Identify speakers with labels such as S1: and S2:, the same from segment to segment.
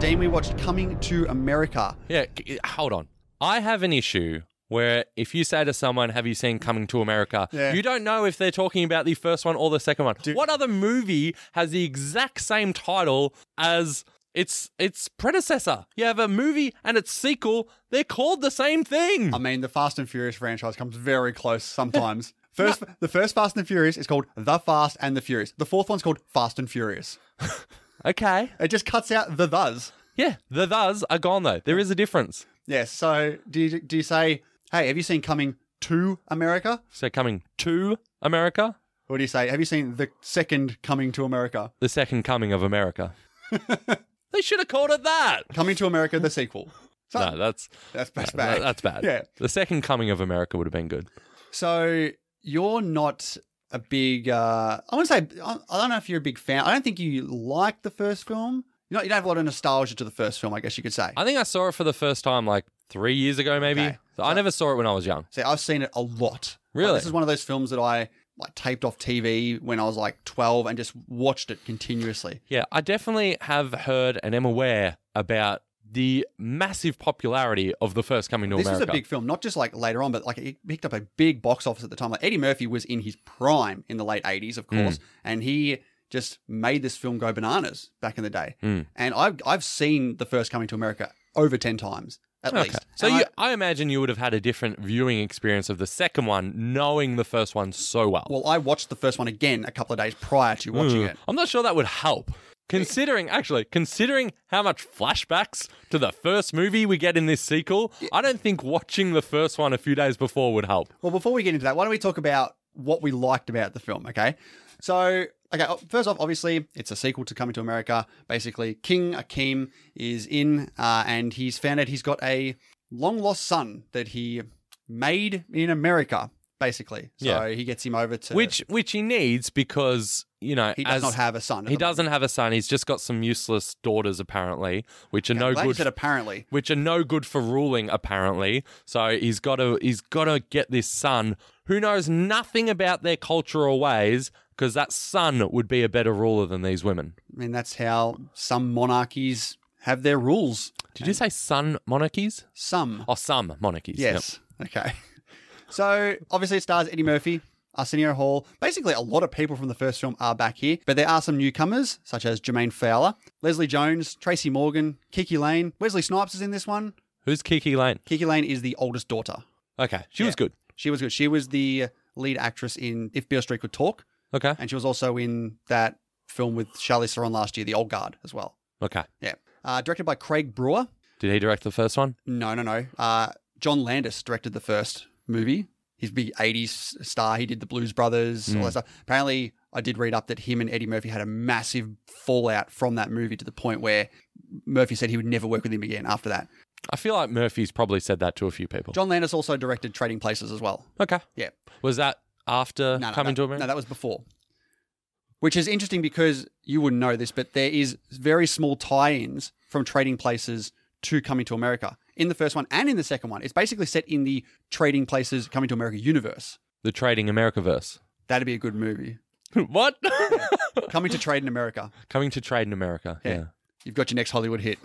S1: Dean, we watched Coming to America.
S2: Yeah, c- uh, hold on. I have an issue where if you say to someone, "Have you seen Coming to America?"
S1: Yeah.
S2: you don't know if they're talking about the first one or the second one. What other movie has the exact same title as its its predecessor? You have a movie and its sequel. They're called the same thing.
S1: I mean, the Fast and Furious franchise comes very close sometimes. First, the first Fast and Furious is called The Fast and the Furious. The fourth one's called Fast and Furious.
S2: okay.
S1: It just cuts out the thes.
S2: Yeah, the thes are gone though. There is a difference.
S1: Yes. So do you, do you say, hey, have you seen Coming to America?
S2: So coming to America,
S1: Or do you say, have you seen the second Coming to America?
S2: the second coming of America. they should have called it that.
S1: Coming to America, the sequel. So
S2: No, that's
S1: that's, that's
S2: no,
S1: bad.
S2: that's bad.
S1: Yeah.
S2: The second coming of America would have been good.
S1: So you're not a big. Uh, I want to say I I don't know if you're a big fan. I don't think you like the first film. You know, you don't have a lot of nostalgia to the first film. I guess you could say.
S2: I think I saw it for the first time like three years ago, maybe.
S1: Okay.
S2: So I never saw it when I was young.
S1: See, I've seen it a lot. Like,
S2: Really?
S1: this is one of those films that I like taped off TV when I was like 12 and just watched it continuously.
S2: Yeah, I definitely have heard and am aware about the massive popularity of the first coming to
S1: This was
S2: America.
S1: a big film, not just like later on, but like it picked up a big box office at the time. Like Eddie Murphy was in his prime in the late 80s,
S2: Hmm.
S1: of course, and he just made this film go bananas back in the day.
S2: Hmm.
S1: And I've, I've seen The First Coming to America over 10 times at least.
S2: So
S1: And
S2: you,
S1: I-
S2: I, imagine you would have had a different viewing experience of the second one, knowing the first one so well. Hmm.
S1: well, I watched the first one again a couple of days prior to watching it.
S2: I'm not sure that would help. Considering, actually, considering how much flashbacks to the first movie we get in this sequel, I don't think watching the first one a few days before would help.
S1: Well, before we get into that, why don't we talk about what we liked about the film, okay? So, okay, oh, first off, obviously, it's a sequel to Coming to America. Basically, King Akeem is in uh, and he's found out he's got a long lost son that he made in America, basically. So
S2: Yeah.
S1: he gets him over to.
S2: Which which he needs because, you know,
S1: he does
S2: as
S1: not have a son. at
S2: he
S1: the moment.
S2: doesn't have a son. He's just got some useless daughters apparently, which are no
S1: I'm glad you
S2: good
S1: said apparently.
S2: which are no good for ruling apparently. So he's got to he's got to get this son who knows nothing about their culture or ways because that son would be a better ruler than these women.
S1: I mean, that's how some monarchies have their rules.
S2: Did you say son monarchies?
S1: Some.
S2: Oh, some monarchies. Yep.
S1: Yes. Okay. So obviously it stars Eddie Murphy, Arsenio Hall. Basically, a lot of people from the first film are back here, but there are some newcomers such as Jermaine Fowler, Leslie Jones, Tracy Morgan, Kiki Lane. Wesley Snipes is in this one.
S2: Who's Kiki Lane?
S1: Kiki Lane is the oldest daughter.
S2: Okay, she was good.
S1: She was good. She was the lead actress in If Beale Street Could Talk,
S2: Okay,
S1: and she was also in that film with Charlize Theron last year, The Old Guard, as well.
S2: okay.
S1: Yeah. Uh, directed by Craig Brewer.
S2: Did he direct the first one?
S1: No, no, no. Uh, John Landis directed the first movie. He's a big 80s star. He did the Blues Brothers, all that stuff. Apparently, I did read up that him and Eddie Murphy had a massive fallout from that movie to the point where Murphy said he would never work with him again after that.
S2: I feel like Murphy's probably said that to a few people.
S1: John Landis also directed Trading Places as well.
S2: Okay,
S1: Yeah.
S2: was that after
S1: No, no,
S2: coming
S1: that,
S2: to America?
S1: No, that was before. Which is interesting because you wouldn't know this, but there is very small tie-ins from Trading Places to Coming to America in the first one and in the second one. It's basically set in the Trading Places Coming to America universe.
S2: the Trading America verse.
S1: That'd be a good movie.
S2: what?
S1: Coming to Trade in America.
S2: coming to Trade in America.
S1: Yeah.
S2: Yeah.
S1: You've got your next Hollywood hit.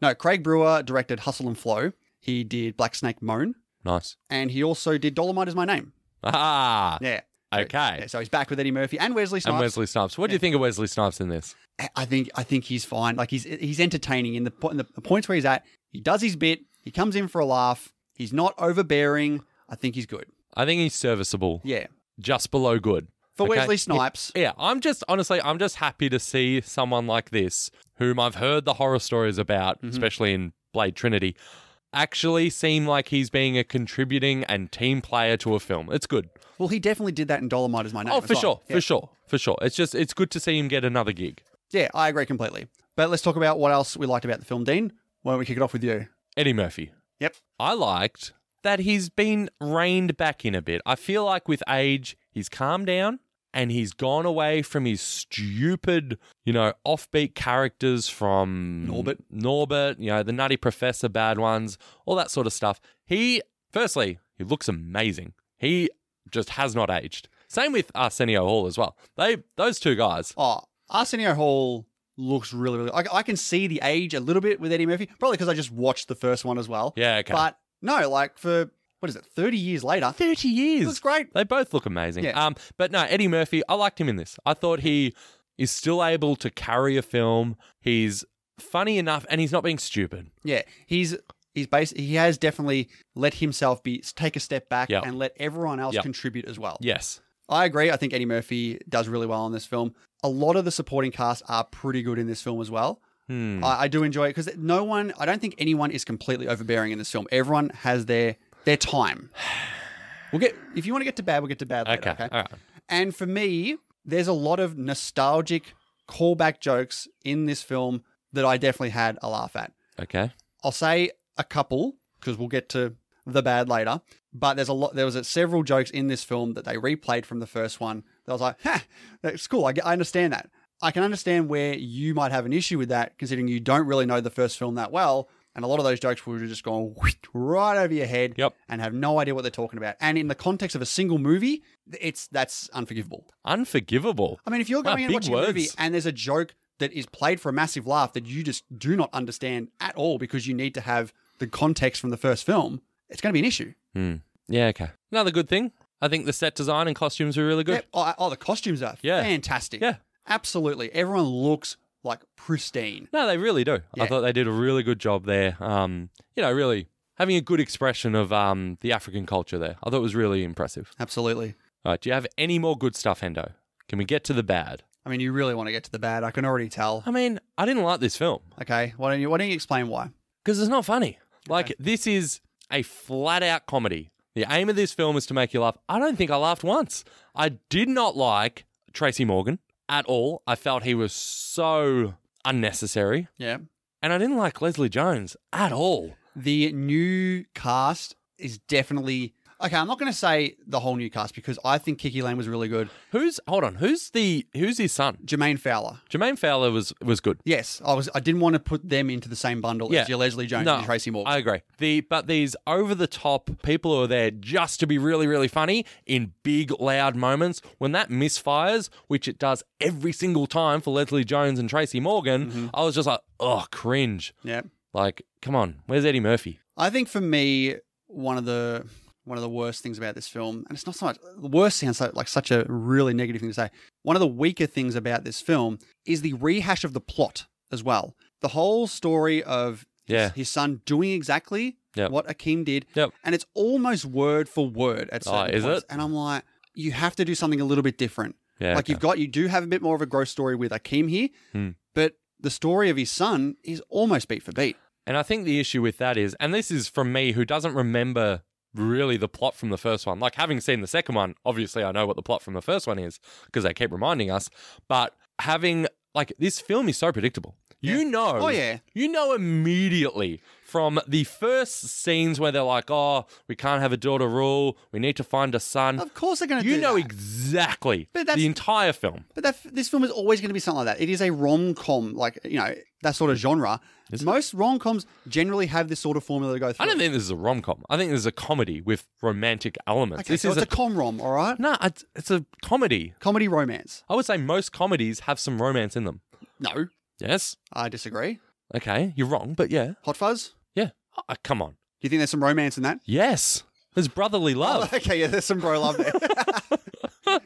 S1: No, Craig Brewer directed Hustle and Flow. He did Black Snake Moan,
S2: Nice.
S1: and he also did Dolomite Is My Name.
S2: Ah.
S1: Yeah.
S2: Okay.
S1: Yeah, so he's back with Eddie Murphy and Wesley Snipes.
S2: And Wesley Snipes. What do you think of Wesley Snipes in this?
S1: I think I think he's fine. Like he's he's entertaining in the, po- in the points where he's at. He does his bit. He comes in for a laugh. He's not overbearing. I think he's good.
S2: I think he's serviceable.
S1: Yeah.
S2: Just below good.
S1: For
S2: Okay.
S1: Wesley Snipes,
S2: Yeah, I'm just honestly, I'm just happy to see someone like this, whom I've heard the horror stories about,
S1: Mm-hmm.
S2: especially in Blade Trinity, actually seem like he's being a contributing and team player to a film. It's good.
S1: well, he definitely did that in Dolomite is my name.
S2: oh,
S1: as
S2: for
S1: well.
S2: sure,
S1: Yeah.
S2: for sure, for sure. It's just it's good to see him get another gig.
S1: Yeah, I agree completely. But let's talk about what else we liked about the film, Dean. Why don't we kick it off with you?
S2: Eddie Murphy.
S1: Yep.
S2: I liked that he's been reined back in a bit. I feel like with age, he's calmed down and he's gone away from his stupid, you know, offbeat characters from
S1: Norbert.
S2: Norbert, you know, the Nutty Professor bad ones, all that sort of stuff. He, firstly, he looks amazing. He just has not aged. Same with Arsenio Hall as well. They those two guys.
S1: Oh, Arsenio Hall looks really, really. I, I can see the age a little bit with Eddie Murphy, probably because I just watched the first one as well.
S2: Yeah, okay.
S1: But no, like for what is it, thirty years later,
S2: 30
S1: it
S2: years.
S1: looks great.
S2: They both look amazing.
S1: Yeah.
S2: Um, but no, Eddie Murphy, I liked him in this. I thought he is still able to carry a film. He's funny enough and he's not being stupid.
S1: Yeah, he's he's bas he has definitely let himself be take a step back
S2: Yep.
S1: and let everyone else
S2: Yep.
S1: contribute as well.
S2: Yes.
S1: I agree. I think Eddie Murphy does really well in this film. A lot of the supporting cast are pretty good in this film as well.
S2: Hmm.
S1: I, I do enjoy it because no one, I don't think anyone is completely overbearing in this film. Everyone has their their time. We'll get if you want to get to bad, we'll get to bad later.
S2: okay.
S1: Okay.
S2: All right.
S1: And for me, there's a lot of nostalgic callback jokes in this film that I definitely had a laugh at.
S2: Okay.
S1: I'll say a couple because we'll get to the bad later. But there's a lot. There was a, several jokes in this film that they replayed from the first one. That I was like, "Ha, that's cool. I, get- I understand that. I can understand where you might have an issue with that, considering you don't really know the first film that well." And a lot of those jokes were just going right over your head
S2: Yep.
S1: and have no idea what they're talking about. And in the context of a single movie, it's that's unforgivable.
S2: Unforgivable.
S1: I mean, if you're
S2: Wow,
S1: going and
S2: big
S1: watching a movie
S2: words.
S1: and there's a joke that is played for a massive laugh that you just do not understand at all because you need to have the context from the first film, it's going to be an issue.
S2: Yeah, okay. Another good thing. I think the set design and costumes were really good.
S1: Yeah, oh, oh, the costumes are
S2: Yeah.
S1: fantastic.
S2: Yeah.
S1: Absolutely. Everyone looks like pristine.
S2: No, they really do.
S1: Yeah.
S2: I thought they did a really good job there. Um, you know, really having a good expression of um, the African culture there. I thought it was really impressive.
S1: Absolutely.
S2: All right, do you have any more good stuff, Hendo? Can we get to the bad?
S1: I mean, you really want to get to the bad. I can already tell.
S2: I mean, I didn't like this film
S1: Okay. Why don't you, why don't you explain why?
S2: because it's not funny. Like, this is a flat out comedy. The aim of this film is to make you laugh. I don't think I laughed once. I did not like Tracy Morgan at all. I felt he was so unnecessary.
S1: Yeah.
S2: And I didn't like Leslie Jones at all.
S1: The new cast is definitely. Okay, I'm not going to say the whole new cast because I think Kiki Lane was really good.
S2: Who's hold on? Who's the who's his son?
S1: Jermaine Fowler.
S2: Jermaine Fowler was was good.
S1: Yes, I was. I didn't want to put them into the same bundle
S2: Yeah.
S1: as your Leslie Jones
S2: No,
S1: and Tracy Morgan.
S2: I agree. The but these over the top people who are there just to be really really funny in big loud moments when that misfires, which it does every single time for Leslie Jones and Tracy Morgan, I was just like, oh, cringe.
S1: Mm-hmm. yeah,
S2: Like, come on, where's Eddie Murphy?
S1: I think for me, one of the one of the worst things about this film, and it's not so much the worst sounds so- like such a really negative thing to say. One of the weaker things about this film is the rehash of the plot as well. The whole story of his,
S2: Yeah.
S1: his son doing exactly
S2: Yep.
S1: what Akeem did,
S2: Yep.
S1: and it's almost word for word at
S2: Oh,
S1: certain
S2: is
S1: points.
S2: it?
S1: And I'm like, you have to do something a little bit different.
S2: Yeah,
S1: Like
S2: okay.
S1: you've got, you do have a bit more of a growth story with Akeem here,
S2: Hmm.
S1: but the story of his son is almost beat for beat.
S2: And I think the issue with that is, and this is from me who doesn't remember really the plot from the first one. Like, having seen the second one, obviously I know what the plot from the first one is because they keep reminding us. But having, like, this film is so predictable. You know.
S1: Oh, yeah.
S2: You know immediately from the first scenes where they're like, oh, we can't have a daughter rule. We need to find a son.
S1: Of course, they're going to.
S2: You
S1: do
S2: know
S1: that.
S2: exactly
S1: But that's-
S2: the entire film.
S1: but that, this film is always going to be something like that. It is a rom com, like you know that sort of genre. Most rom coms generally have this sort of formula to go through.
S2: I don't think this is a rom com. I think this is a comedy with romantic elements.
S1: okay,
S2: this
S1: so
S2: is
S1: it's a, com rom, all right?
S2: no, it's, it's a comedy.
S1: Comedy romance.
S2: I would say most comedies have some romance in them.
S1: No,
S2: Yes.
S1: I disagree.
S2: Okay, you're wrong, but yeah.
S1: Hot Fuzz.
S2: Yeah. Uh, come on.
S1: Do you think there's some romance in that?
S2: Yes. There's brotherly love.
S1: Oh, okay, yeah, there's some bro love there.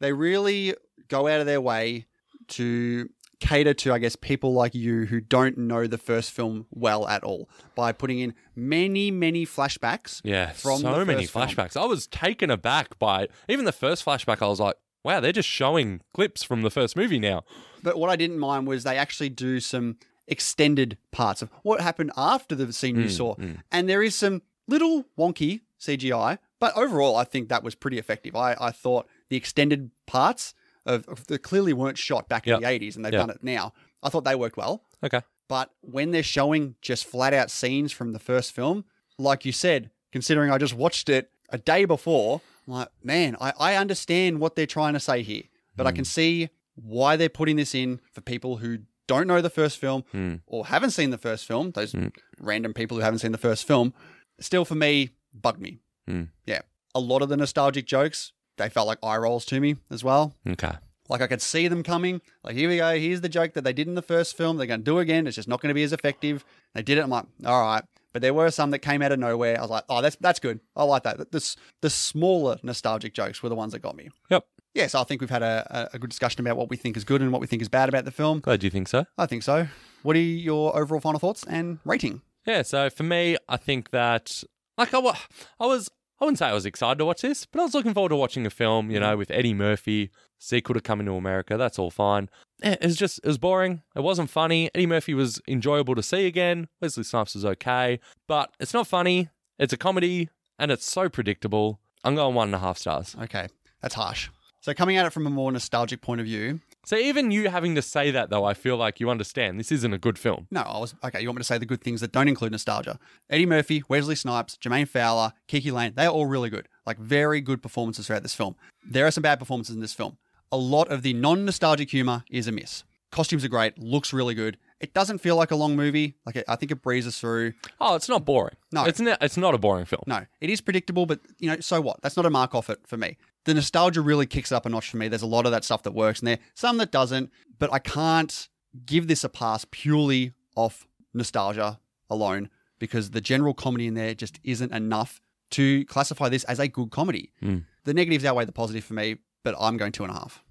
S1: they really go out of their way to cater to, I guess, people like you who don't know the first film well at all by putting in many, many flashbacks.
S2: yeah,
S1: From
S2: so
S1: the
S2: many
S1: first film.
S2: flashbacks. I was taken aback by it. Even the first flashback, I was like, wow, they're just showing clips from the first movie now.
S1: But what I didn't mind was they actually do some extended parts of what happened after the scene
S2: Hmm,
S1: you saw. And there is some little wonky CGI, but overall, I think that was pretty effective. I, I thought the extended parts of, of that clearly weren't shot back in
S2: Yep.
S1: the 80s and they've
S2: Yep.
S1: done it now. I thought they worked well.
S2: Okay.
S1: But when they're showing just flat out scenes from the first film, like you said, considering I just watched it a day before, I'm like, man, I, I understand what they're trying to say here, but I can see why they're putting this in for people who don't know the first film
S2: Mm.
S1: or haven't seen the first film, those random people who haven't seen the first film. Still, for me, bugged me.
S2: Mm.
S1: Yeah. A lot of the nostalgic jokes, they felt like eye rolls to me as well.
S2: Okay.
S1: Like I could see them coming. Like here we go. Here's the joke that they did in the first film. They're going to do again. It's just not going to be as effective. They did it. I'm like, all right. But there were some that came out of nowhere. I was like, oh, that's that's good. I like that. The, s- the smaller nostalgic jokes were the ones that got me.
S2: Yep.
S1: Yes, I think we've had a, a a good discussion about what we think is good and what we think is bad about the film.
S2: Glad you think so.
S1: I think so. What are your overall final thoughts and rating?
S2: Yeah, so for me, I think that like I, wa- I was I wouldn't say I was excited to watch this, but I was looking forward to watching a film,
S1: Mm.
S2: you know, with Eddie Murphy, sequel to Coming to America. That's all fine. Yeah, it was just it was boring. It wasn't funny. Eddie Murphy was enjoyable to see again. Wesley Snipes was okay, but it's not funny. It's a comedy, and it's so predictable. I'm going one and a half stars.
S1: Okay, that's harsh. So coming at it from a more nostalgic point of view,
S2: So even you having to say that though, I feel like you understand this isn't a good film.
S1: No, I was okay. You want me to say the good things that don't include nostalgia? Eddie Murphy, Wesley Snipes, Jermaine Fowler, Kiki Lane, they are all really good. Like very good performances throughout this film. There are some bad performances in this film. A lot of the non-nostalgic humor is a miss. Costumes are great, looks really good. It doesn't feel like a long movie. Like it, I think it breezes through.
S2: Oh, it's not boring.
S1: No.
S2: it's not. It's not a boring film.
S1: No, it is predictable, but you know, so what? That's not a mark off it for me. The nostalgia really kicks it up a notch for me. There's a lot of that stuff that works in there, some that doesn't, but I can't give this a pass purely off nostalgia alone because the general comedy in there just isn't enough to classify this as a good comedy.
S2: Mm.
S1: The negatives outweigh the positive for me, but I'm going two and a half.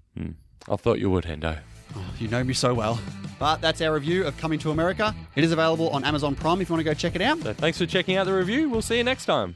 S2: I thought you would, Hendo.
S1: Oh, you know me so well. But that's our review of Coming to America. It is available on Amazon Prime if you want to go check it out.
S2: So thanks for checking out the review. We'll see you next time.